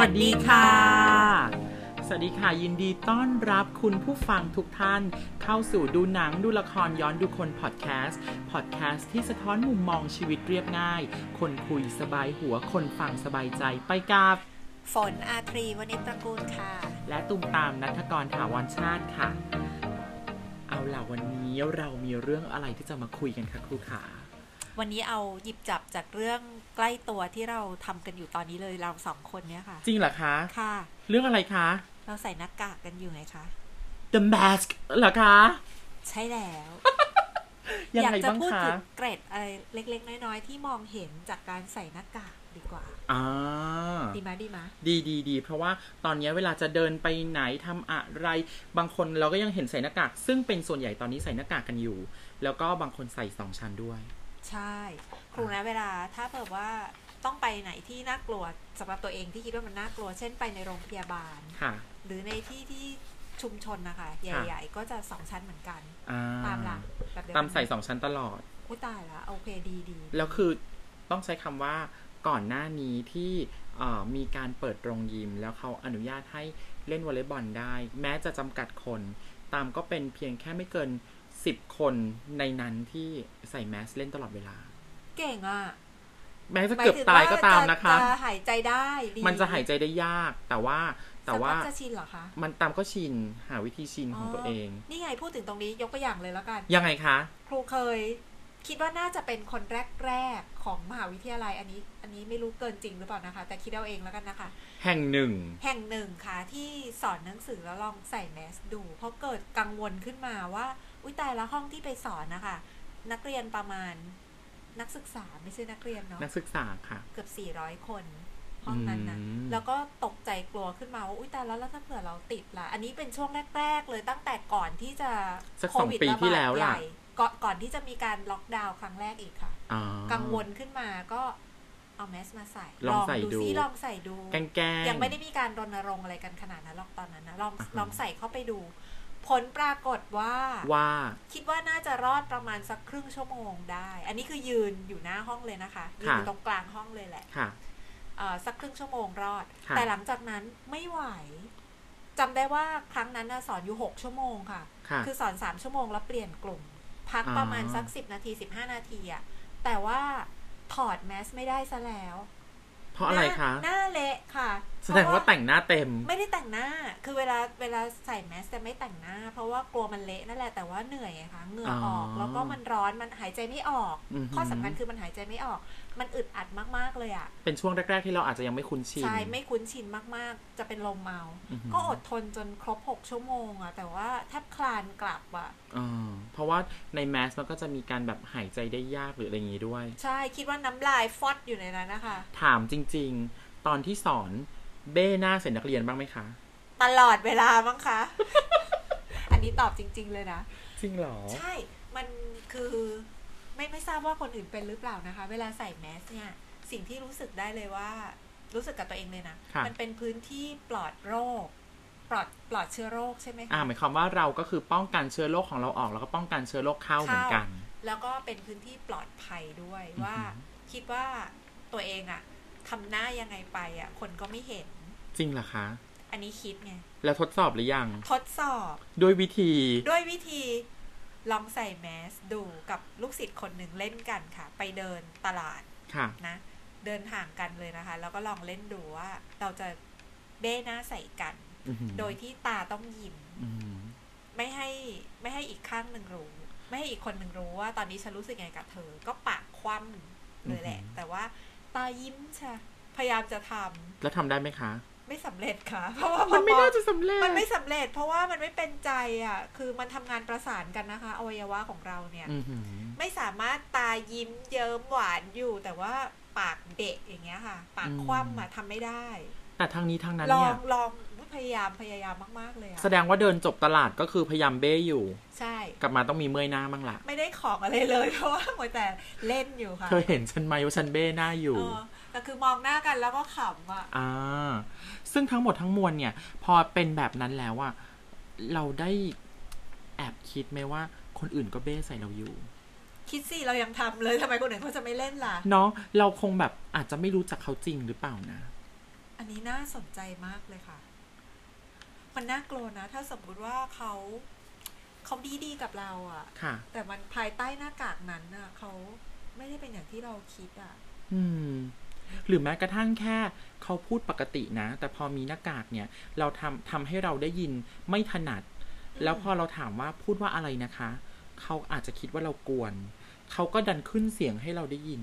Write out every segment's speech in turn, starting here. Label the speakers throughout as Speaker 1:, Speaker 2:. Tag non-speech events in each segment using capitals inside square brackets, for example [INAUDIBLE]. Speaker 1: วัสดีค่ะ สวัสดีค่ะ ยินดีต้อนรับคุณผู้ฟังทุกท่าน เข้าสู่ดูหนังดูละครย้อนดูคนพอดแคสต์พอดแคสต์ที่สะท้อนมุมมองชีวิตเรียบง่าย คนคุยสบายหัวคนฟังสบายใจไปกับ
Speaker 2: ฝนอาทรีวณิชตระกูลค่ะ
Speaker 1: และตุมตามนัทกรถาวรชาติค่ะ เอาล่ะวันนี้เรามีเรื่องอะไรที่จะมาคุยกันคะครูขา
Speaker 2: วันนี้เอาหยิบจับจากเรื่องใกล้ตัวที่เราทำกันอยู่ตอนนี้เลยเราสองคนเนี้ยค่ะ
Speaker 1: จริงเหรอคะ
Speaker 2: ค่ะ
Speaker 1: เรื่องอะไรคะ
Speaker 2: เราใส่หน้ากากกันอยู่ไงคะ
Speaker 1: The Mask เหรอคะ
Speaker 2: ใช่แล้ว
Speaker 1: ยัง
Speaker 2: อยาก
Speaker 1: ไง
Speaker 2: จะ
Speaker 1: บ้าง
Speaker 2: พูด
Speaker 1: คะ
Speaker 2: ถึงเกร็ดอะไรเล็กๆ น้อยๆ ที่มองเห็นจากการใส่หน้ากากดีกว่า
Speaker 1: อ่า
Speaker 2: ดีไหมดีไหม
Speaker 1: ดีดีดีเพราะว่าตอนนี้เวลาจะเดินไปไหนทำอะไร บางคนเราก็ยังเห็นใส่หน้ากาก ซึ่งเป็นส่วนใหญ่ตอนนี้ใส่หน้ากากกันอยู่ แล้วก็บางคนใส่สองชั้นด้วย
Speaker 2: ใช่ครูนะเวลาถ้าเกิดว่าต้องไปไหนที่น่ากลัวสำหรับตัวเองที่คิดว่ามันน่ากลัว เช่นไปในโรงพยาบาล
Speaker 1: ค่ะ
Speaker 2: หรือในที่ที่ชุมชนนะคะ ใหญ่ ๆ ก็จะสองชั้นเหมือนกัน
Speaker 1: อ่า
Speaker 2: ตามหลักแบบเดียว
Speaker 1: ตามใส่
Speaker 2: กัน
Speaker 1: สองชั้นตลอด
Speaker 2: อุ้ยตายละโอเคดีดี
Speaker 1: แล้วคือต้องใช้คำว่าก่อนหน้านี้ที่เอ่อมีการเปิดโรงยิม แล้วเขาอนุญาตให้เล่นวอลเลย์บอลได้ แม้จะจำกัดคน ตามก็เป็นเพียงแค่ไม่เกิน 10 คนในนั้นที่ใส่แมสเล่นตลอดเวลา
Speaker 2: เก่งอ่ะ
Speaker 1: แม้จะ
Speaker 2: หม
Speaker 1: เกือบ
Speaker 2: ถึง
Speaker 1: ตาย
Speaker 2: ว่
Speaker 1: ก็ตามนะคะ
Speaker 2: จะหายใจได้ดี
Speaker 1: มันจะหายใจได้ยากแต่ว่าแต่ว่า
Speaker 2: สักพักจะชินเหรอคะ
Speaker 1: มันตามก็ชินหาวิธีชินของตัวเอง
Speaker 2: นี่ไงพูดถึงตรงนี้ยกตัวอย่างเลยแล้วกัน
Speaker 1: ยังไงคะ
Speaker 2: ครูเคย คิดว่าน่าจะเป็นคนแรกๆของมหาวิทยาลัยอันนี้ อันนี้ไม่รู้เกินจริงหรือเปล่านะคะ แต่คิดเอาเองแล้วกันนะคะ
Speaker 1: แห่งหนึ่ง
Speaker 2: แห่งหนึ่งค่ะที่สอนหนังสือแล้วลองใส่แมสดู เพราะเกิดกังวลขึ้นมาว่า อุ้ยตายแล้วห้องที่ไปสอนนะคะ นักเรียนประมาณนักศึกษาไม่ใช่นักเรียนเนาะ
Speaker 1: นักศึกษาค่ะ
Speaker 2: เกือบ 400 คนห้องนั้นนะ
Speaker 1: อืม
Speaker 2: แล้วก็ตกใจกลัวขึ้นมาว่า อุ๊ยตายแล้วแล้วถ้าเผื่อเราติดล่ะ อันนี้เป็นช่วงแรก ๆ เลยตั้งแต่ก่อนที่จะ
Speaker 1: สัก
Speaker 2: โค
Speaker 1: สอง
Speaker 2: วิด
Speaker 1: ปี
Speaker 2: ระบาด
Speaker 1: ที่แล้วล่ะ
Speaker 2: ใหญ่ก่อนก่อนที่จะมีการล็อกดาวน์ครั้งแรกอีกค่ะ
Speaker 1: อ๋อ
Speaker 2: กังวลขึ้นมาก็เอาแมสมาใส่
Speaker 1: ลองใส่ดู
Speaker 2: ซิลองใส่ดู
Speaker 1: แกล้งแกล้ง
Speaker 2: ยังไม่ได้มีการรณรงค์อะไรกันขนาดนั้นหรอกตอนนั้นนะลอง
Speaker 1: อ่าฮะ
Speaker 2: ลองใส่เข้าไปดู ผลปรากฏว่า
Speaker 1: ว่า
Speaker 2: คิดว่าน่าจะรอดประมาณสักครึ่งชั่วโมงได้ อันนี้คือยืนอยู่หน้าห้องเลยนะคะยืนอยู่ตรงกลางห้องเลยแหละ
Speaker 1: ค่ะ
Speaker 2: เอ่อสักครึ่งชั่วโมงรอด
Speaker 1: ค่ะ
Speaker 2: แต่หลังจากนั้นไม่ไหวจำได้ว่าครั้งนั้นน่ะสอนอยู่หกชั่วโมงค่ะ
Speaker 1: ค่ะ
Speaker 2: คือสอนสามชั่วโมงแล้วเปลี่ยนกลุ่ม พัก
Speaker 1: อ่า
Speaker 2: ประมาณสักสิบนาทีสิบห้านาทีอะแต่ว่าถอดแมสไม่ได้ซะแล้ว
Speaker 1: เพราะอะไร
Speaker 2: หน้า
Speaker 1: คะ
Speaker 2: หน้าเละค่ะ
Speaker 1: แสดงว่าแต่งหน้าเต็ม
Speaker 2: ไม่ได้แต่งหน้า คือเวลาเวลาใส่แมสจะไม่แต่งหน้า เพราะว่ากลัวมันเละนั่นแหละแต่ว่าเหนื่อยไงคะเหงื่อออก
Speaker 1: อ๋อ
Speaker 2: แล้วก็มันร้อนมันหายใจไม่ออก
Speaker 1: อือหือ
Speaker 2: ข้อสำคัญคือมันหายใจไม่ออก มันอึดอัดมากๆเลยอะ
Speaker 1: เป็นช่วงแรก ๆ ที่เราอาจจะยังไม่คุ้นชิน
Speaker 2: ใช่ ไม่คุ้นชินมาก ๆ จะเป็นลมเมา
Speaker 1: อือหือ
Speaker 2: ก็อดทนจนครบ 6 ชั่วโมงอะแต่ว่าแทบคลานกลับอะ
Speaker 1: เออเพราะว่าในแมสมันก็จะมีการแบบหายใจได้ยากหรืออะไรอย่างงี้ด้วย
Speaker 2: ใช่คิดว่าน้ำลายฟอดอยู่ในนั้นนะคะ
Speaker 1: ถามจริง ๆ ตอนที่สอนเบ้หน้าเสร็จนักเรียนบ้างไหมคะ
Speaker 2: ตลอดเวลามั้งคะ [LAUGHS] อันนี้ตอบจริง ๆ เลยนะ
Speaker 1: จริงเหรอ
Speaker 2: ใช่ มันคือไม่ไม่ทราบว่าคนอื่นเป็นหรือเปล่านะคะ เวลาใส่แมสเนี่ย สิ่งที่รู้สึกได้เลยว่า รู้สึกกับตัวเองเลยนะ
Speaker 1: ค่ะ
Speaker 2: มันเป็นพื้นที่ปลอดโรค ปลอดปลอดเชื้อโรคใช่ไหมคะ
Speaker 1: อ่าหมายความว่าเราก็คือป้องกันเชื้อโรคของเราออก แล้วก็ป้องกันเชื้อโรคเข้าเหมือนกัน
Speaker 2: แล้วก็เป็นพื้นที่ปลอดภัยด้วย
Speaker 1: อือหือ
Speaker 2: ว่า คิดว่าตัวเองอะทำหน้ายังไงไปอะคนก็ไม่เห็น
Speaker 1: จริงเหรอคะ
Speaker 2: อันนี้คิดไง
Speaker 1: แล้วทดสอบหรือยัง
Speaker 2: ทดสอบ
Speaker 1: ด้วยวิธี
Speaker 2: ด้วยวิธีลองใส่แมสดูกับลูกศิษย์คนหนึ่งเล่นกันค่ะ ไปเดินตลาด
Speaker 1: ค่ะ
Speaker 2: นะ เดินห่างกันเลยนะคะ แล้วก็ลองเล่นดูว่า เราจะเบ้หน้าใส่กัน
Speaker 1: อือหือ
Speaker 2: โดยที่ตาต้องยิ้ม
Speaker 1: อืม
Speaker 2: ไม่ให้ไม่ให้อีกข้างหนึ่งรู้ ไม่ให้อีกคนหนึ่งรู้ว่าตอนนี้ฉันรู้สึกยังไงกับเธอ ก็ปากคว่ำเลยแหละ แต่ว่าตายิ้มใช่พยายามจะทำ
Speaker 1: แล้วทำได้ไหมคะ
Speaker 2: ไม่สำเร็จค่ะ [LAUGHS] เพราะว่า
Speaker 1: มันไม่น่า
Speaker 2: พอ
Speaker 1: จะสำเร็จ
Speaker 2: มันไม่สำเร็จ เพราะว่ามันไม่เป็นใจอ่ะ คือมันทำงานประสานกันนะคะ อวัยวะของเราเนี่ย
Speaker 1: อือหือ
Speaker 2: ไม่สามารถตายิ้มเยิ้มหวานอยู่ แต่ว่าปากเบะอย่างเงี้ยค่ะ ปากคว่ำอ่ะทำไม่ได้
Speaker 1: แต่ทางนี้ทางนั้น
Speaker 2: ลอ
Speaker 1: เนี่
Speaker 2: ง
Speaker 1: ย
Speaker 2: ลองพยายามพยายามมากๆเลยอ่ะ
Speaker 1: แสดงว่าเดินจบตลาดก็คือพยายามเบ้อยู่
Speaker 2: ใช่
Speaker 1: กลับมาต้องมีเมื่อยหน้าบ้างละ
Speaker 2: ไม่ได้ของอะไรเลย [LAUGHS] เพราะว่าหมดแต่เล่นอยู่ค่ะ
Speaker 1: เธอเห็นฉันไหมว่าฉันเบ้หน้าอยู่
Speaker 2: เออแต่คือมองหน้ากันแล้วก็ขำอ่ะ
Speaker 1: อ่า ซึ่งทั้งหมดทั้งมวลเนี่ย พอเป็นแบบนั้นแล้วอะเราได้แอบคิดไหมว่า คนอื่นก็เบ้ใส่เราอยู่
Speaker 2: คิดสิเรายังทำเลยทำไมคนอื่นเขาจะไม่เล่นล่ะ
Speaker 1: เนาะเราคงแบบอาจจะไม่รู้จักเขาจริงหรือเปล่านะ
Speaker 2: อันนี้น่าสนใจมากเลยค่ะ มันน่ากลัวนะ ถ้าสมมุติว่าเขาเขาดีดีๆกับเราอะ
Speaker 1: ค่ะ
Speaker 2: แต่มันภายใต้หน้ากากนั้นน่ะเขาไม่ได้เป็นอย่างที่เราคิดอ่ะ
Speaker 1: อืม หรือแม้กระทั่งแค่เขาพูดปกตินะ แต่พอมีหน้ากากเนี่ย เราทำทำให้เราได้ยินไม่ถนัด
Speaker 2: อืม
Speaker 1: แล้วพอเราถามว่าพูดว่าอะไรนะคะ เขาอาจจะคิดว่าเรากวน เขาก็ดันขึ้นเสียงให้เราได้ยิน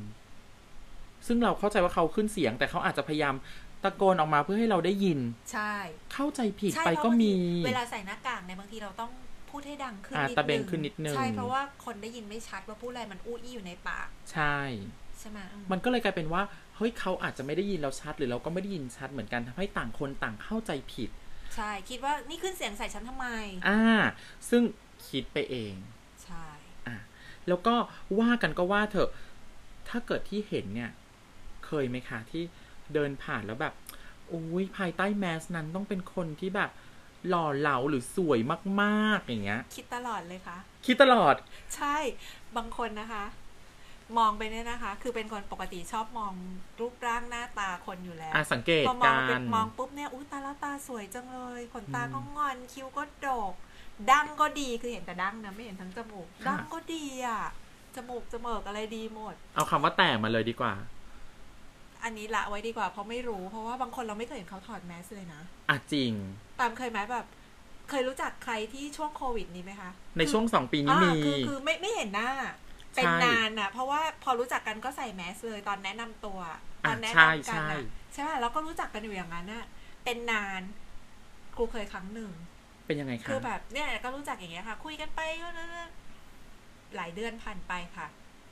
Speaker 1: ซึ่งเราเข้าใจว่าเขาขึ้นเสียง แต่เขาอาจจะพยายามตะโกนออกมาเพื่อให้เราได้ยิน
Speaker 2: ใช่
Speaker 1: เข้าใจผิด
Speaker 2: ใช่
Speaker 1: ไป
Speaker 2: เพ
Speaker 1: ก็
Speaker 2: ราะบางที
Speaker 1: มี
Speaker 2: เวลาใส่หน้ากากเนี่ยบางทีเราต้องพูดให้ดังขึ้น
Speaker 1: อ่า
Speaker 2: นิด
Speaker 1: ตะเบงขึ้นนิดนึง
Speaker 2: ใช่เพราะว่าคนได้ยินไม่ชัดว่าพูดอะไรมันอู้อี้อยู่ในปาก
Speaker 1: ใช่
Speaker 2: ใช่ไหมอืม
Speaker 1: มันก็เลยกลายเป็นว่า เฮ้ยเขาอาจจะไม่ได้ยินเราชัด หรือเราก็ไม่ได้ยินชัดเหมือนกันทำให้ต่างคนต่างเข้าใจผิด
Speaker 2: ใช่คิดว่านี่ขึ้นเสียงใส่ฉันทำไม
Speaker 1: อ่า ซึ่งคิดไปเอง
Speaker 2: ใช่
Speaker 1: อ่ะแล้วก็ว่ากันก็ว่าเถอะ ถ้าเกิดที่เห็นเนี่ย เคยไหมคะที่เดินผ่านแล้วแบบอุ้ยภายใต้แมสนั้นต้องเป็นคนที่แบบ หล่อเหลาหรือสวยมากๆอย่างเงี้ย
Speaker 2: คิดตลอดเลยค่ะ
Speaker 1: คิดตลอด
Speaker 2: ใช่บางคนนะคะ มองไปเนี่ยนะคะ คือเป็นคนปกติชอบมองรูปร่างหน้าตาคนอยู่แล้ว
Speaker 1: อ่ะสังเกต
Speaker 2: พอมอง
Speaker 1: กา
Speaker 2: เป็
Speaker 1: ร
Speaker 2: นมองปุ๊บเนี่ยอุ้ยตาแล้วตาสวยจังเลยขนตา
Speaker 1: อืม
Speaker 2: ก็งอนคิ้วก็โดก ดั้งก็ดีคือเห็นแต่ดั้งนะไม่เห็นทั้งจมูก
Speaker 1: ค่ะ
Speaker 2: ดั้งก็ดีอ่ะจมูกจมูกอะไรดีหมด
Speaker 1: เอาคำว่าแต่มาเลยดีกว่า
Speaker 2: อันนี้ละไว้ดีกว่าเพราะไม่รู้ เพราะว่าบางคนเราไม่เคยเห็นเขาถอดแมสเลยนะ
Speaker 1: อ่ะจริง
Speaker 2: ตามเคยไหมแบบ เคยรู้จักใครที่ช่วงโควิดนี้ไหมคะ
Speaker 1: ในช่วงสองปีนี้
Speaker 2: อ่า
Speaker 1: มี
Speaker 2: คือคือไม่ไม่เห็นหน้า เป็น
Speaker 1: ใช่
Speaker 2: นานอ่ะ เพราะว่าพอรู้จักกันก็ใส่แมสเลยตอนแนะนำตัวต
Speaker 1: อ่ะ
Speaker 2: อนแนะ
Speaker 1: ใช่
Speaker 2: นำกัน
Speaker 1: ใช่
Speaker 2: อ่ะใช่ป่ะแล้วก็รู้จักกันอยู่อย่างนั้นอ่ะเป็นนานครูเคยครั้งหนึ่ง
Speaker 1: เป็นยังไงคะ
Speaker 2: คือแบบเนี่ยก็รู้จักอย่างเงี้ยค่ะ คุยกันไปก็นะหลายเดือนผ่านไปค่ะ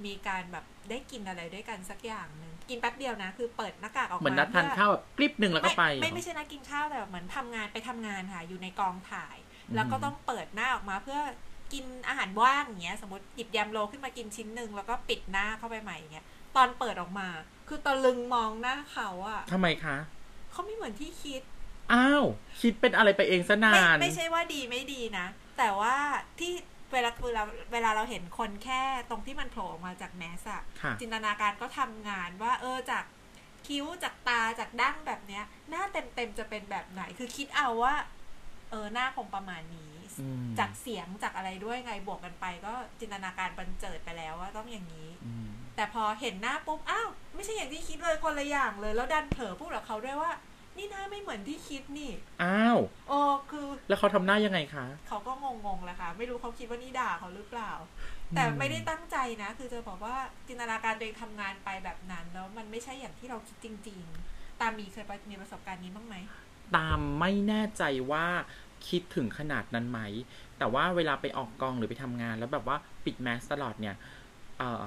Speaker 2: มีการแบบได้กินอะไรด้วยกันสักอย่างหนึ่งกินแป๊บเดียวนะ คือเปิดหน้ากากออกมา
Speaker 1: เหมือนนัดทานข้าวแบบกริบหนึ่งแล้วก็ไป
Speaker 2: ไม่
Speaker 1: เหรอ
Speaker 2: ไม่ใช่นัดกินข้าวแต่แบบเหมือนทำงานไปทำงานค่ะ อยู่ในกองถ่าย
Speaker 1: อืม
Speaker 2: แล้วก็ต้องเปิดหน้าออกมาเพื่อกินอาหารว่างอย่างเงี้ย สมมติหยิบยำโลขึ้นมากินชิ้นหนึ่งแล้วก็ปิดหน้าเข้าไปใหม่อย่างเงี้ยตอนเปิดออกมา คือตะลึงมองหน้าเขาอะ
Speaker 1: ทำไมคะ
Speaker 2: เขาไม่เหมือนที่คิด
Speaker 1: อ้าวคิดเป็นอะไรไปเองซะนาน
Speaker 2: ไม่ไม่ใช่ว่าดีไม่ดีนะ แต่ว่าที่เวลาเวลาเวลาเราเห็นคนแค่ตรงที่มันโผล่ออกมาจากแมสอะ
Speaker 1: ค่ะ
Speaker 2: จินตนาการก็ทำงานว่า เออจากคิ้วจากตาจากดั้งแบบเนี้ย หน้าเต็มเต็มๆจะเป็นแบบไหน คือคิดเอาว่า เออหน้าคงประมาณนี้
Speaker 1: อืม
Speaker 2: จากเสียงจากอะไรด้วยไงบวกกันไป ก็จินตนาการบันเจิดไปแล้วว่าต้องอย่างนี้
Speaker 1: อืม
Speaker 2: แต่พอเห็นหน้าปุ๊บอ้าวไม่ใช่อย่างที่คิดเลยคนละอย่างเลย แล้วดันเผลอพูดกับเขาด้วยว่า นี่หน้าไม่เหมือนที่คิดนี่
Speaker 1: อ้าว
Speaker 2: โอ้คือ
Speaker 1: แล้วเขาทำหน้ายังไงคะ
Speaker 2: เขาก็งงๆแหละค่ะ ไม่รู้เขาคิดว่านี่ด่าเขาหรือเปล่า แต่ไม่ได้ตั้งใจนะ คือจะบอกว่าจินตนาการตัวเองทำงานไปแบบนั้น แล้วมันไม่ใช่อย่างที่เราคิดจริง ๆ ตามมีเคยไปมีประสบการณ์นี้บ้างไหม
Speaker 1: ตามไม่แน่ใจว่าคิดถึงขนาดนั้นไหม แต่ว่าเวลาไปออกกองหรือไปทำงาน แล้วแบบว่าปิดแมสตลอดเนี่ยเอ่อ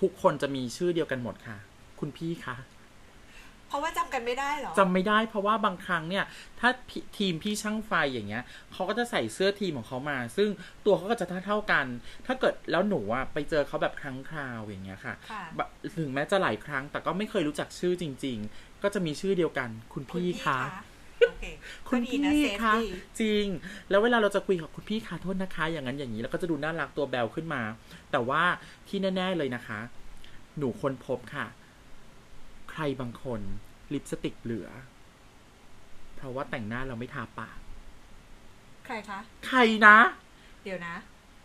Speaker 1: ทุกคนจะมีชื่อเดียวกันหมดค่ะ คุณพี่คะ
Speaker 2: เพราะว่าจำกันไม่ได้เหรอ
Speaker 1: จำไม่ได้เพราะว่าบางครั้งเนี่ย ถ้าพี่ทีมพี่ช่างไฟอย่างเงี้ยเขาก็จะใส่เสื้อทีมของเขามา ซึ่งตัวเขาก็จะเท่าๆกัน ถ้าเกิดแล้วหนูอะไปเจอเขาแบบครั้งคราวอย่างเงี้ยค่ะ
Speaker 2: ค่ะ
Speaker 1: บะถึงแม้จะหลายครั้ง แต่ก็ไม่เคยรู้จักชื่อจริง ๆ ก็จะมีชื่อเดียวกัน คุณ
Speaker 2: คุณ
Speaker 1: พี่คะ
Speaker 2: โอเค
Speaker 1: คุณ
Speaker 2: ก็ดี
Speaker 1: พี่
Speaker 2: นะ safety
Speaker 1: คะจริง แล้วเวลาเราจะคุยกับคุณพี่คะโทษนะคะ อย่างนั้นอย่างนี้แล้วก็จะดูน่ารักตัวแบวขึ้นมา แต่ว่าที่แน่ ๆเลยนะคะ หนูคนพบค่ะ ใครบางคนลิปสติกเหลือ เพราะว่าแต่งหน้าเราไม่ทาปาก
Speaker 2: ใครคะ
Speaker 1: ใครนะ
Speaker 2: เดี๋ยวนะ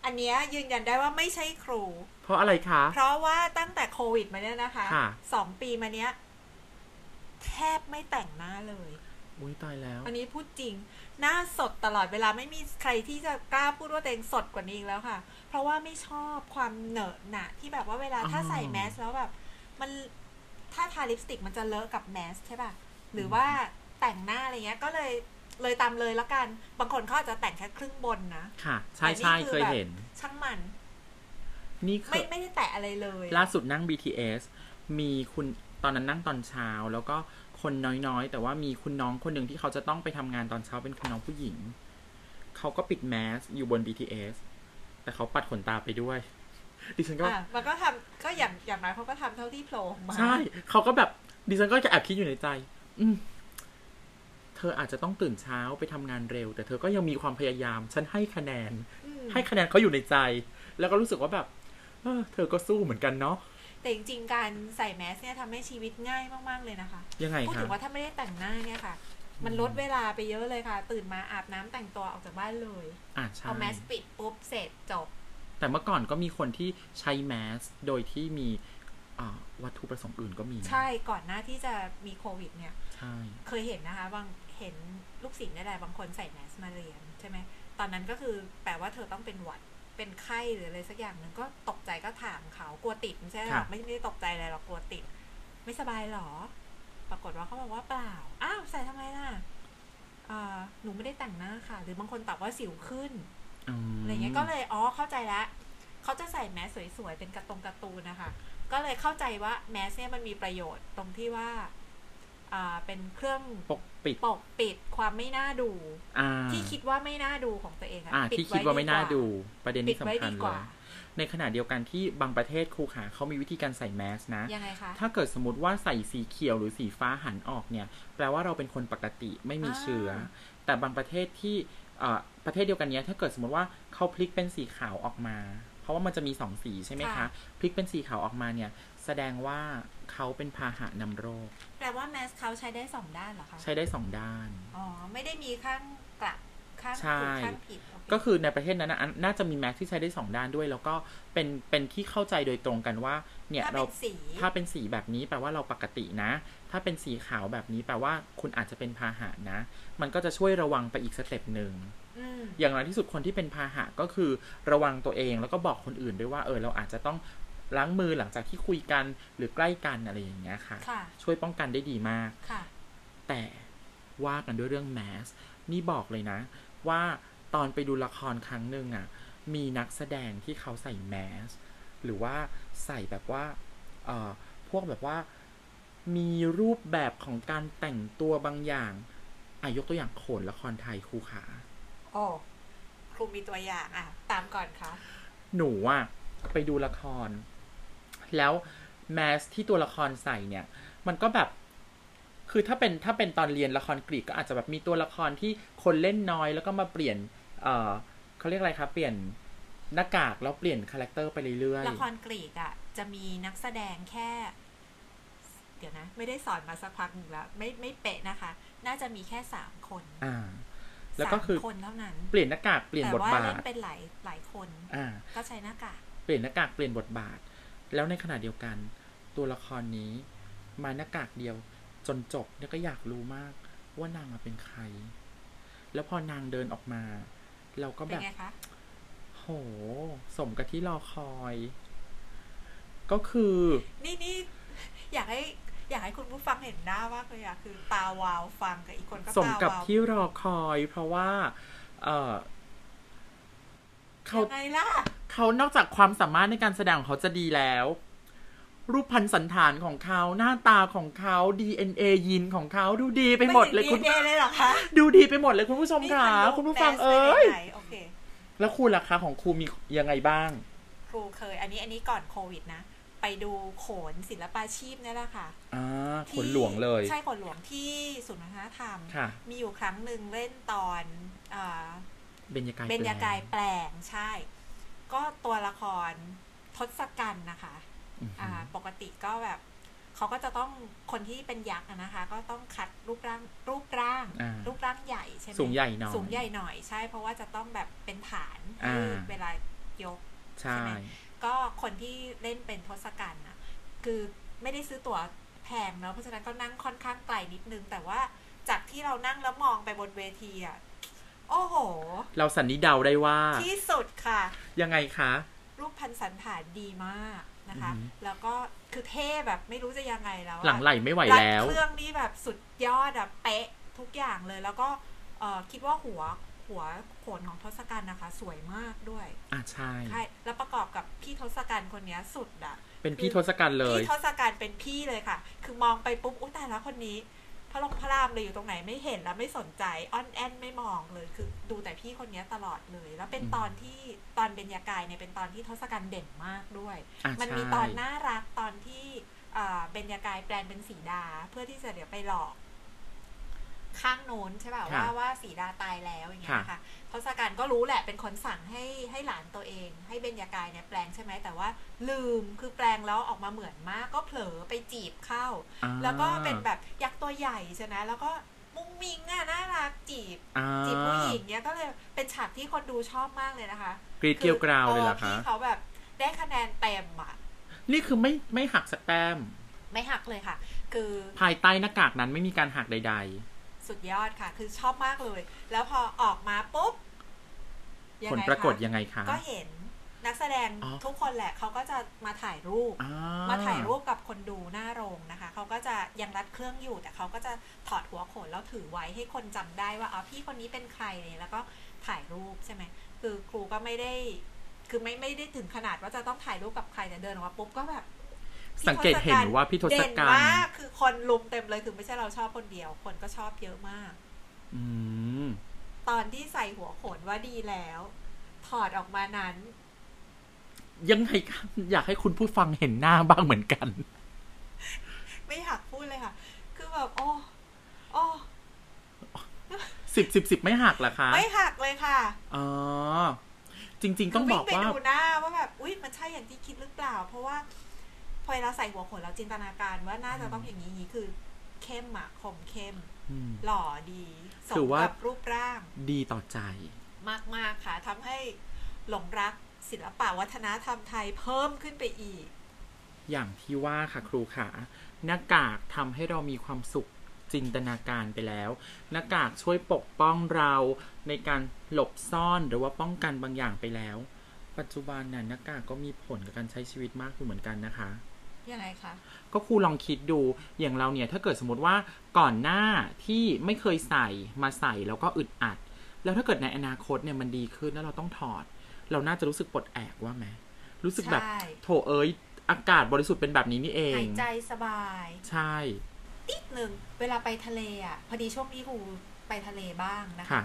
Speaker 2: อันเนี้ยยืนยันได้ว่าไม่ใช่ครู
Speaker 1: เพราะอะไรคะ
Speaker 2: เพราะว่าตั้งแต่โควิดมาเนี่ยนะคะ
Speaker 1: ค่ะ
Speaker 2: สองปีมาเนี้ยแทบไม่แต่งหน้าเลย
Speaker 1: อุ้ยตายแล้ว
Speaker 2: อันนี้พูดจริง หน้าสดตลอดเวลาไม่มีใครที่จะกล้าพูดว่าตัวเองสดกว่านี้อีกแล้วค่ะ เพราะว่าไม่ชอบความเหนอะหนะที่แบบว่าเวลา
Speaker 1: อ๋อ
Speaker 2: ถ้าใส่แมสแล้วแบบ มันถ้าทาลิปสติกมันจะเลอะกับแมสใช่ป่ะ หรือว่าแต่งหน้าอะไรเงี้ย ก็เลยเลยตามเลยแล้วกัน บางคนเขาอาจจะแต่งแค่ครึ่งบนนะ
Speaker 1: ค่ะ ใช่
Speaker 2: แต่นี่
Speaker 1: ใช่
Speaker 2: คือ
Speaker 1: เคย
Speaker 2: แบบ
Speaker 1: เห็น
Speaker 2: ช่างมัน
Speaker 1: นี่เค
Speaker 2: ไม่
Speaker 1: ย
Speaker 2: ไม่ได้แตะอะไรเลย
Speaker 1: ล่าสุดนั่ง BTS มีคุณตอนนั้นนั่งตอนเช้า แล้วก็คนน้อยๆ แต่ว่ามีคุณน้องคนหนึ่งที่เขาจะต้องไปทำงานตอนเช้าเป็นคุณน้องผู้หญิง เขาก็ปิดแมสอยู่บน BTS แต่เขาปัดขนตาไปด้วย ดิฉันก็
Speaker 2: อ่ะมันก็ทำก็อย่างอย่างน้อยเขาก็ทำเท่าที่โผล่ออกมา
Speaker 1: ใช่ เขาก็แบบดิฉันก็จะแอบคิดอยู่ในใจ อืม เธออาจจะต้องตื่นเช้าไปทำงานเร็ว แต่เธอก็ยังมีความพยายาม ฉันให้คะแนน
Speaker 2: อืม
Speaker 1: ให้คะแนนเขาอยู่ในใจ แล้วก็รู้สึกว่าแบบ เออ เธอก็สู้เหมือนกันเนาะ
Speaker 2: แต่ แต่จริงๆการใส่แมสเนี่ยทำให้ชีวิตง่ายมากๆเลยนะคะ
Speaker 1: ยังไง
Speaker 2: พูด
Speaker 1: คะ
Speaker 2: ถึงว่าถ้าไม่ได้แต่งหน้าเนี่ยค่ะ มันลดเวลาไปเยอะเลยค่ะ ตื่นมาอาบน้ำแต่งตัวออกจากบ้านเลย
Speaker 1: อ่ะใช่
Speaker 2: เอาแมสปิดปุ๊บเสร็จจบ
Speaker 1: แต่เมื่อก่อนก็มีคนที่ใช้แมส โดยที่มีอ่าวัตถุประสงค์อื่นก็มีนะ
Speaker 2: ใช่ก่อนหน้าที่จะมีโควิดเนี่ย
Speaker 1: ใช่
Speaker 2: เคยเห็นนะคะ บางเห็นลูกศิษย์นี่แหละบางคนใส่แมสมาเรียนใช่ไหมตอนนั้นก็คือแปลว่าเธอต้องเป็นหวัดเป็นไข้หรืออะไรสักอย่างหนึ่งก็ตกใจก็ถามเขากลัวติดไม่ใช่หรอกไม่ไม่ได้ตกใจอะไรหรอกกลัวติด ไม่สบายหรอ ปรากฏว่าเขาบอกว่าเปล่าอ้าวใส่ทำไมล่ะเอ่อหนูไม่ได้แต่งหน้าค่ะ หรือบางคนตอบว่าสิวขึ้น
Speaker 1: ม
Speaker 2: อะไรเงี้ยก็เลยอ๋อเข้าใจแล้วเขาจะใส่แมสสวยๆ เป็นการะตรงการ์ตูนนะคะ ก็เลยเข้าใจว่าแมสเนี่ยมันมีประโยชน์ตรงที่ว่าอ่าเป็นเครื่อง
Speaker 1: ปกปิด
Speaker 2: ปกปิดความไม่น่าดู
Speaker 1: อ่า
Speaker 2: ที่คิดว่าไม่น่าดูของตัวเองอะ
Speaker 1: อ่า
Speaker 2: ปิ
Speaker 1: ที่คิดว่าไม่น่าดูประเด็น
Speaker 2: ปิ
Speaker 1: นี้
Speaker 2: ดไว้
Speaker 1: สำคั
Speaker 2: ดี
Speaker 1: ญ
Speaker 2: ก
Speaker 1: เล
Speaker 2: ว่า
Speaker 1: ยในขณะเดียวกันที่บางประเทศครูขาเขามีวิธีการใส่แมสนะ
Speaker 2: ยังไงคะ
Speaker 1: ถ้าเกิดสมมติว่าใส่สีเขียวหรือสีฟ้าหันออกเนี่ย แปลว่าเราเป็นคนปกติไม่มีเชื้ออา แต่บางประเทศที่เอ่อประเทศเดียวกันเนี้ยถ้าเกิดสมมติว่าเขาพลิกเป็นสีขาวออกมา เพราะว่ามันจะมีสองสีใช่ไหมคะพลิกเป็นสีขาวออกมาเนี่ย แสดงว่าเขาเป็นพาหะนำโรค
Speaker 2: แปลว่าแมสเขาใช้ได้สองด้านเหรอคะ
Speaker 1: ใช้ได้สองด้าน
Speaker 2: อ๋อไม่ได้มีข้างกลับข้าง
Speaker 1: ใช่
Speaker 2: ถูกข้างผิดโอเค
Speaker 1: ก็คือในประเทศนั้นนะอันน่าจะมีแมสที่ใช้ได้สองด้านด้วย แล้วก็เป็นเป็นที่เข้าใจโดยตรงกันว่า เนี่ย
Speaker 2: ถ้า
Speaker 1: เรา
Speaker 2: เป็นสี
Speaker 1: ถ้าเป็นสีแบบนี้แปลว่าเราปกตินะ ถ้าเป็นสีขาวแบบนี้แปลว่าคุณอาจจะเป็นพาหะนะ มันก็จะช่วยระวังไปอีกสเต็ปหนึ่ง
Speaker 2: อืม
Speaker 1: อย่างน้อยที่สุดคนที่เป็นพาหะก็คือระวังตัวเองแล้วก็บอกคนอื่นด้วยว่าเออเราอาจจะต้องล้างมือหลังจากที่คุยกันหรือใกล้กันอะไรอย่างเงี้ยค่ะ
Speaker 2: ค่ะ
Speaker 1: ช่วยป้องกันได้ดีมาก
Speaker 2: ค่ะ
Speaker 1: แต่ว่ากันด้วยเรื่องแมส นี่บอกเลยนะ ว่าตอนไปดูละครครั้งหนึ่งอะ่ะ มีนักแสดงที่เขาใส่แมส หรือว่าใส่แบบว่าเอ่อพวกแบบว่ามีรูปแบบของการแต่งตัวบางอย่างอายกตัวอย่างโขนละครไทยครูขา
Speaker 2: โอ้ครูมีตัวอย่างอ่ะ ตามก่อนค่ะ
Speaker 1: หนูอะไปดูละคร แล้วแมสที่ตัวละครใส่เนี่ย มันก็แบบ คือถ้าเป็นถ้าเป็นตอนเรียนละครกรีกก็อาจจะแบบมีตัวละครที่คนเล่นน้อยแล้วก็มาเปลี่ยน เออเขาเรียกอะไรครับ เปลี่ยนหน้ากากแล้วเปลี่ยนคาแรคเตอร์ไปเรื่อย
Speaker 2: ละครกรีกอ่ะ จะมีนักแสดงแค่ เดี๋ยวนะ ไม่ได้สอนมาสักพักหนึ่งแล้ว ไม่ไม่เป๊ะนะคะ น่าจะมีแค่สามคน
Speaker 1: ๆอ่า แล้วก็คือ
Speaker 2: สามคนเท่านั้น
Speaker 1: เปลี่ยนหน้ากากเปลี่ยน
Speaker 2: แต่
Speaker 1: บท
Speaker 2: ว่า
Speaker 1: บา
Speaker 2: เล่
Speaker 1: ท
Speaker 2: นเป็นหลายหลายคน
Speaker 1: อ่า
Speaker 2: ก็ใช้หน้ากาก
Speaker 1: เปลี่ยนหน้ากากเปลี่ยนบทบาท แล้วในขณะเดียวกัน ตัวละครนี้ มาหน้ากากเดียว จนจบเนี่ยก็อยากรู้มาก ว่านางอะเป็นใคร แล้วพอนางเดินออกมา เราก็
Speaker 2: เป็
Speaker 1: แบ
Speaker 2: น
Speaker 1: บ
Speaker 2: ไงคะ
Speaker 1: โห สมกับที่รอคอย ก็คือ
Speaker 2: นี่นี่อยากให้ อยากให้คุณผู้ฟังเห็นหน้ามากเลยอะคือตาวาวฟังกับอีกคนก็
Speaker 1: สม
Speaker 2: ตาวาว
Speaker 1: กับที่รอคอย เพราะว่า เออเขา
Speaker 2: ยังไงล่ะ
Speaker 1: เขานอกจากความสามารถในการแสดงของเขาจะดีแล้ว รูปพันสันฐานของเขาหน้าตาของเขา DNA ยีนของเขาดูดีไปหมดเลยคุณ
Speaker 2: DNA เลยเหรอคะ
Speaker 1: ดูดีไปหมดเลยคุณผู้ชม
Speaker 2: นี่
Speaker 1: ค่ะ
Speaker 2: อ
Speaker 1: คุณผู้ฟัง
Speaker 2: แปล
Speaker 1: เอ้ย
Speaker 2: ไปไหนๆโอเค
Speaker 1: แล้วคุณราคาของครูมียังไงบ้าง
Speaker 2: ครูเคย อันนี้อันนี้ก่อนโควิดนะ ไปดูโขนศิลปาชีพเนี่ยแหละค่ะ
Speaker 1: อ่าข
Speaker 2: ที่
Speaker 1: นหลวงเลย
Speaker 2: ใช่ขนหลวงที่ศูนย์วัฒนธรรม
Speaker 1: ค่ะ
Speaker 2: มีอยู่ครั้งหนึ่งเล่นตอนเอ่อ
Speaker 1: เบญยากาย
Speaker 2: เบญญากายแป
Speaker 1: แปล
Speaker 2: ลงใช่ ก็ตัวละครทศกัณฐ์นะคะ
Speaker 1: อืม
Speaker 2: อ่าปกติก็แบบ เขาก็จะต้องคนที่เป็นยักษ์อะนะคะ ก็ต้องคัดรูปร่างรูปร่าง
Speaker 1: อ่า
Speaker 2: รูปร่างใหญ่ใช่ไหม
Speaker 1: สูงใหญ่หน่อย
Speaker 2: สูงใหญ่หน่อยใช่เพราะว่าจะต้องแบบเป็นฐาน
Speaker 1: อ่า
Speaker 2: ให้เวลายก
Speaker 1: ใช่
Speaker 2: ใช่ไหม ก็คนที่เล่นเป็นทศกัณฐ์นะคือไม่ได้ซื้อตั๋วแพงเนาะเพราะฉะนั้นก็นั่งค่อนข้างไกลนิดนึง แต่ว่าจากที่เรานั่งแล้วมองไปบนเวทีอ่ะ โอ้โห
Speaker 1: เราสันนิษฐานเดาได้ว่า
Speaker 2: ที่สุดค่ะ
Speaker 1: ยังไงคะ
Speaker 2: รูปพันสันฐานดีมากนะคะ
Speaker 1: อือหือ
Speaker 2: แล้วก็คือเท่แบบไม่รู้จะยังไงแล้วอะ
Speaker 1: หลังไหลไม่ไหว
Speaker 2: รัด
Speaker 1: แล้ว
Speaker 2: เครื่องนี่แบบสุดยอดอะเป๊ะทุกอย่างเลย แล้วก็เอ่อคิดว่าหัวหัวโขนของทศกัณฐ์นะคะ สวยมากด้วย
Speaker 1: อ่าใช่
Speaker 2: ใช่แล้วประกอบกับพี่ทศกัณฐ์คนเนี้ยสุดอะ
Speaker 1: เป็นพี่ทศกัณฐ์เลย
Speaker 2: พี่ทศกัณฐ์เป็นพี่เลยค่ะ คือมองไปปุ๊บ อุ้ตายแล้วคนนี้ พระลงพระรามเลยอยู่ตรงไหนไม่เห็นแล้วไม่สนใจอ้อนแอนไม่มองเลย คือดูแต่พี่คนนี้ตลอดเลย แล้วเป็น
Speaker 1: อืม
Speaker 2: ตอนที่ตอนเบญญากายเนี่ยเป็นตอนที่ทศกัณฐ์เด่นมากด้วย
Speaker 1: อ่า
Speaker 2: มัน
Speaker 1: ใช่
Speaker 2: มีตอนน่ารักตอนที่อ่าเบญญากายแปลงเป็นสีดา เพื่อที่จะเดี๋ยวไปหลอก ข้างโน้นใช่ป่ะ
Speaker 1: ค่ะ
Speaker 2: ว่าว่าสีดาตายแล้วอย่างเงี้ย
Speaker 1: ค่ะ
Speaker 2: นะคะทศกัณฐ์ก็รู้แหละเป็นคนสั่งให้ให้หลานตัวเอง ให้เบญญากายเนี่ยแปลงใช่ไหมแต่ว่าลืมคือแปลงแล้วออกมาเหมือนมากก็เผลอไปจีบเข้า
Speaker 1: อ่า
Speaker 2: แล้วก็เป็นแบบยักษ์ตัวใหญ่ใช่ไหมแล้วก็มุ้งมิงอ่ะน่ารักจีบ
Speaker 1: อ่า
Speaker 2: จีบผู้หญิงเนี่ยก็เลยเป็นฉากที่คนดูชอบมากเลยนะคะ
Speaker 1: กรีดเกรียวกราวเลยเหรอ
Speaker 2: ออ
Speaker 1: คะ
Speaker 2: พี่เขาแบบได้คะแนนเต็มอ่ะ
Speaker 1: นี่คือไม่ไม่หักสแตมป์
Speaker 2: ไม่หักเลยค่ะ คือ
Speaker 1: ภายใต้หน้ากากนั้นไม่มีการหักใด
Speaker 2: สุดยอดค่ะ คือชอบมากเลย แล้วพอออกมาปุ๊บ
Speaker 1: ๆ
Speaker 2: ยัง
Speaker 1: ผล
Speaker 2: ไงค
Speaker 1: ปรากฏยังไงคะ
Speaker 2: ก็เห็นนักแสดง
Speaker 1: อ๋อ
Speaker 2: ทุกคนแหละ เขาก็จะมาถ่ายรูป
Speaker 1: อ่
Speaker 2: มาถ่ายรูปกับคนดูหน้าโรงนะคะ เขาก็จะยังรัดเครื่องอยู่ แต่เขาก็จะถอดหัวโขนแล้วถือไว้ให้คนจำได้ว่าอ๋อพี่คนนี้เป็นใครเลยแล้วก็ถ่ายรูปใช่ไหมคือครูก็ไม่ได้ คือไม่ไม่ได้ถึงขนาดว่าจะต้องถ่ายรูปกับใครแต่เดินออกมาปุ๊บก็แบบ
Speaker 1: สังเกตเห็นว่าพี่ทศ
Speaker 2: เด่น
Speaker 1: กัณฐ์
Speaker 2: มากคือคนลุมเต็มเลยคือไม่ใช่เราชอบคนเดียว คนก็ชอบเยอะมาก
Speaker 1: อืม
Speaker 2: ตอนที่ใส่หัวโขนว่าดีแล้ว ถอดออกมานั้น
Speaker 1: ยังไงคะอยากให้คุณผู้ฟังเห็นหน้าบ้างเหมือนกัน
Speaker 2: ไม่อยากพูดเลยค่ะ คือแบบโอ้โอ้
Speaker 1: สิบสิบสิบไม่หักเหรอคะ
Speaker 2: ไม่หักเลยค่ะ
Speaker 1: อ๋อจริง ๆ ต้องบอก
Speaker 2: คืวิ่
Speaker 1: ว่า
Speaker 2: ไปดูหน้าว่าแบบอุ้ยมันใช่อย่างที่คิดหรือเปล่า เพราะว่าพอเราใส่หัวโขนเราจินตนาการว่าน่าจะต้องอย่างนี้อย่างนี้คือ เข้มอะคมเข้ม
Speaker 1: อืม
Speaker 2: หล่อดีสม
Speaker 1: ถือว่า
Speaker 2: กับรูปร่าง
Speaker 1: ดีต่อใจ
Speaker 2: มาก ๆ ค่ะทำให้หลงรักศิลปะวัฒนธรรมไทยเพิ่มขึ้นไปอีก
Speaker 1: อย่างที่ว่าค่ะครูขาหน้ากากทำให้เรามีความสุขจินตนาการไปแล้ว หน้ากากช่วยปกป้องเราในการหลบซ่อนหรือว่าป้องกันบางอย่างไปแล้ว ปัจจุบันน่ะหน้ากากก็มีผลกับการใช้ชีวิตมากอยู่เหมือนกันนะคะ
Speaker 2: ยังไงคะ
Speaker 1: ก็ครูลองคิดดูอย่างเราเนี่ย ถ้าเกิดสมมติว่าก่อนหน้าที่ไม่เคยใส่มาใส่แล้วก็อึดอัด แล้วถ้าเกิดในอนาคตเนี่ยมันดีขึ้นแล้วเราต้องถอด เราน่าจะรู้สึกปลดแอกว่าไหมรู้สึกแบบ
Speaker 2: ใช่
Speaker 1: โถเอ้ยอากาศบริสุทธิ์เป็นแบบนี้นี่เอง
Speaker 2: หายใจสบาย
Speaker 1: ใช่
Speaker 2: นิดนึงเวลาไปทะเลอ่ะพอดีช่วงนี้ครูไปทะเลบ้างนะคะ
Speaker 1: ค่ะ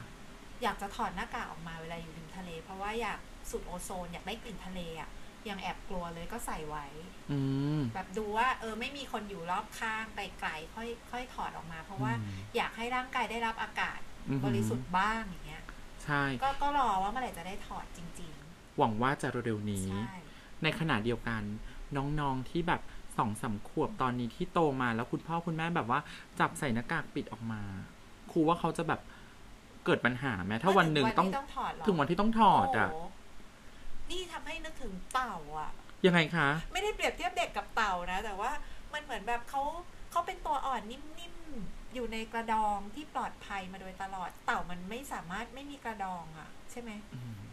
Speaker 2: อยากจะถอดหน้ากากออกมาเวลาอยู่ริมทะเล เพราะว่าอยากสูดโอโซน อยากได้กลิ่นทะเลอ่ะยังแอบกลัวเลยก็ใส่ไว้
Speaker 1: อืม
Speaker 2: แบบดูว่าเออไม่มีคนอยู่รอบข้างไกลๆค่อยค่อยถอดออกมา เพราะว่า
Speaker 1: อืม
Speaker 2: อยากให้ร่างกายได้รับอากาศ
Speaker 1: อือหือ
Speaker 2: บริสุทธิ์บ้างอย่างเงี้ย
Speaker 1: ใช่
Speaker 2: ก็ก็รอว่าเมื่อไหร่จะได้ถอดจริง
Speaker 1: หวังว่าจะเร็วๆ
Speaker 2: ๆ
Speaker 1: นี้
Speaker 2: ใช่
Speaker 1: ในขณะเดียวกัน น้องๆที่แบบสองสามขวบตอนนี้ที่โตมาแล้วคุณพ่อคุณแม่แบบว่า จับใส่หน้ากากปิดออกมา ครูว่าเขาจะแบบเกิดปัญหาไหมถ้าวันหนึ่งต้อง
Speaker 2: ที่ต้องถอดหรอ
Speaker 1: ถึงวันที่ต้องถอดอ่ะ
Speaker 2: โโหนี่ทำให้นึกถึงเต่าอ่ะ
Speaker 1: ยังไงคะ
Speaker 2: ไม่ได้เปรียบเทียบเด็กกับเต่านะ แต่ว่ามันเหมือนแบบเขาเขาเป็นตัวอ่อนนิ่มๆ อยู่ในกระดองที่ปลอดภัยมาโดยตลอด เต่ามันไม่สามารถไม่มีกระดองอะใช่ไหม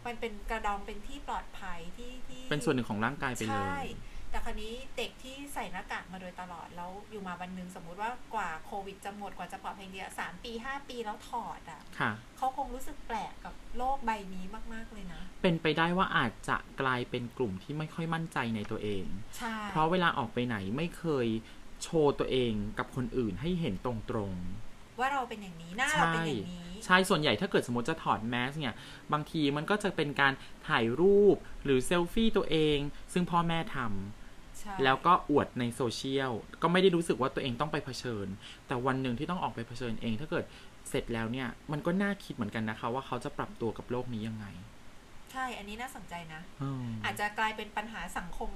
Speaker 2: มันเป็นกระดองเป็นที่ปลอดภัยที่ที่
Speaker 1: เป็นส่วนหนึ่งของร่างกายไปเล
Speaker 2: ใช่
Speaker 1: ย
Speaker 2: แต่คราวนี้เด็กที่ใส่หน้ากากมาโดยตลอดแล้วอยู่มาวันหนึ่งสมมุติว่ากว่าโควิดจะหมดกว่าจะปลอดภัยเดียวสามปีห้าปีแล้วถอดอะ
Speaker 1: ค่ะ
Speaker 2: เขาคงรู้สึกแปลกกับโลกใบนี้มากๆเลยนะ
Speaker 1: เป็นไปได้ว่าอาจจะกลายเป็นกลุ่มที่ไม่ค่อยมั่นใจในตัวเอง
Speaker 2: ใช่
Speaker 1: เพราะเวลาออกไปไหนไม่เคยโชว์ตัวเองกับคนอื่นให้เห็นตรงๆ
Speaker 2: ว่าเราเป็นอย่างนี้หน้าเราเป็นอย่างนี้
Speaker 1: ใช่ส่วนใหญ่ถ้าเกิดสมมติจะถอดแมสเนี่ย บางทีมันก็จะเป็นการถ่ายรูปหรือเซลฟี่ตัวเอง ซึ่งพ่อแม่ทำ
Speaker 2: ใช่
Speaker 1: แล้วก็อวดในโซเชียล ก็ไม่ได้รู้สึกว่าตัวเองต้องไปเผชิญ แต่วันหนึ่งที่ต้องออกไปเผชิญเอง ถ้าเกิดเสร็จแล้วเนี่ย มันก็น่าคิดเหมือนกันนะคะ ว่าเขาจะปรับตัวกับโลกนี้ยังไง
Speaker 2: ใช่ อันนี้น่าสนใจนะ
Speaker 1: อืม
Speaker 2: อาจจะกลายเป็นปัญหาสังคม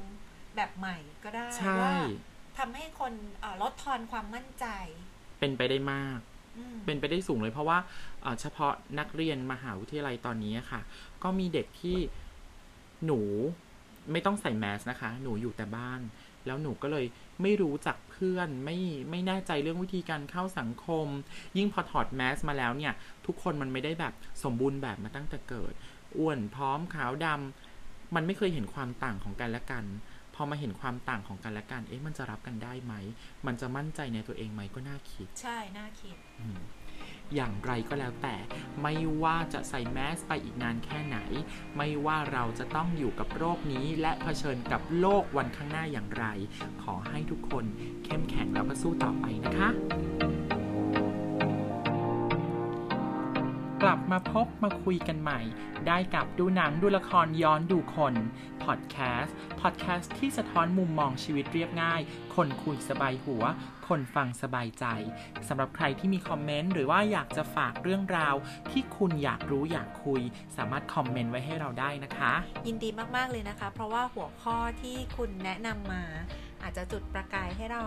Speaker 2: แบบใหม่ก็ได้
Speaker 1: ใช่
Speaker 2: ว่าทำให้คนเอ่อลดทอนความมั่นใจ
Speaker 1: เป็นไปได้มาก
Speaker 2: อืม
Speaker 1: เป็นไปได้สูงเลยเพราะว่าเอ่อเฉพาะนักเรียนมหาวิทยาลัยตอนนี้ค่ะ ก็มีเด็กที่หนูไม่ต้องใส่แมสนะคะ หนูอยู่แต่บ้าน แล้วหนูก็เลยไม่รู้จักเพื่อนไม่ไม่แน่ใจเรื่องวิธีการเข้าสังคม ยิ่งพอถอดแมสมาแล้วเนี่ย ทุกคนมันไม่ได้แบบสมบูรณ์แบบมาตั้งแต่เกิด อ้วนพร้อมขาวดำมันไม่เคยเห็นความต่างของกันและกัน พอมาเห็นความต่างของกันและกัน เอ๊ะมันจะรับกันได้ไหม มันจะมั่นใจในตัวเองไหมก็น่าคิด
Speaker 2: ใช่ น่าคิด
Speaker 1: อืมอย่างไรก็แล้วแต่ ไม่ว่าจะใส่แมสไปอีกนานแค่ไหน ไม่ว่าเราจะต้องอยู่กับโรคนี้ และเผชิญกับโลกวันข้างหน้าอย่างไร ขอให้ทุกคนเข้มแข็งแล้วก็สู้ต่อไปนะคะ กลับ ลับมาพบมาคุยกันใหม่ ได้กับดูหนังดูละครย้อนดูคนพอดแคสต์พอดแคสต์ที่สะท้อนมุมมองชีวิตเรียบง่าย คนคุยสบายหัว คนฟังสบายใจสำหรับใครที่มีคอมเมนต์หรือว่าอยากจะฝากเรื่องราว ที่คุณอยากรู้อยากคุย สามารถคอมเมนต์ไว้ให้เราได้นะคะ
Speaker 2: ยินดีมาก ๆ เลยนะคะ เพราะว่าหัวข้อที่คุณแนะนำมา อาจจะจุดประกายให้เรา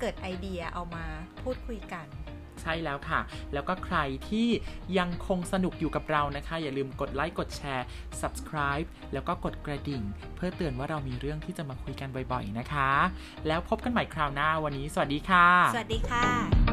Speaker 2: เกิดไอเดียเอามาพูดคุยกัน
Speaker 1: ใช่แล้วค่ะ แล้วก็ใครที่ยังคงสนุกอยู่กับเรานะคะ อย่าลืมกดไลค์กดแชร์ subscribe แล้วก็กดกระดิ่ง เพื่อเตือนว่าเรามีเรื่องที่จะมาคุยกันบ่อยๆนะคะ แล้วพบกันใหม่คราวหน้าวันนี้ สวัสดีค่ะ
Speaker 2: สวัสดีค่ะ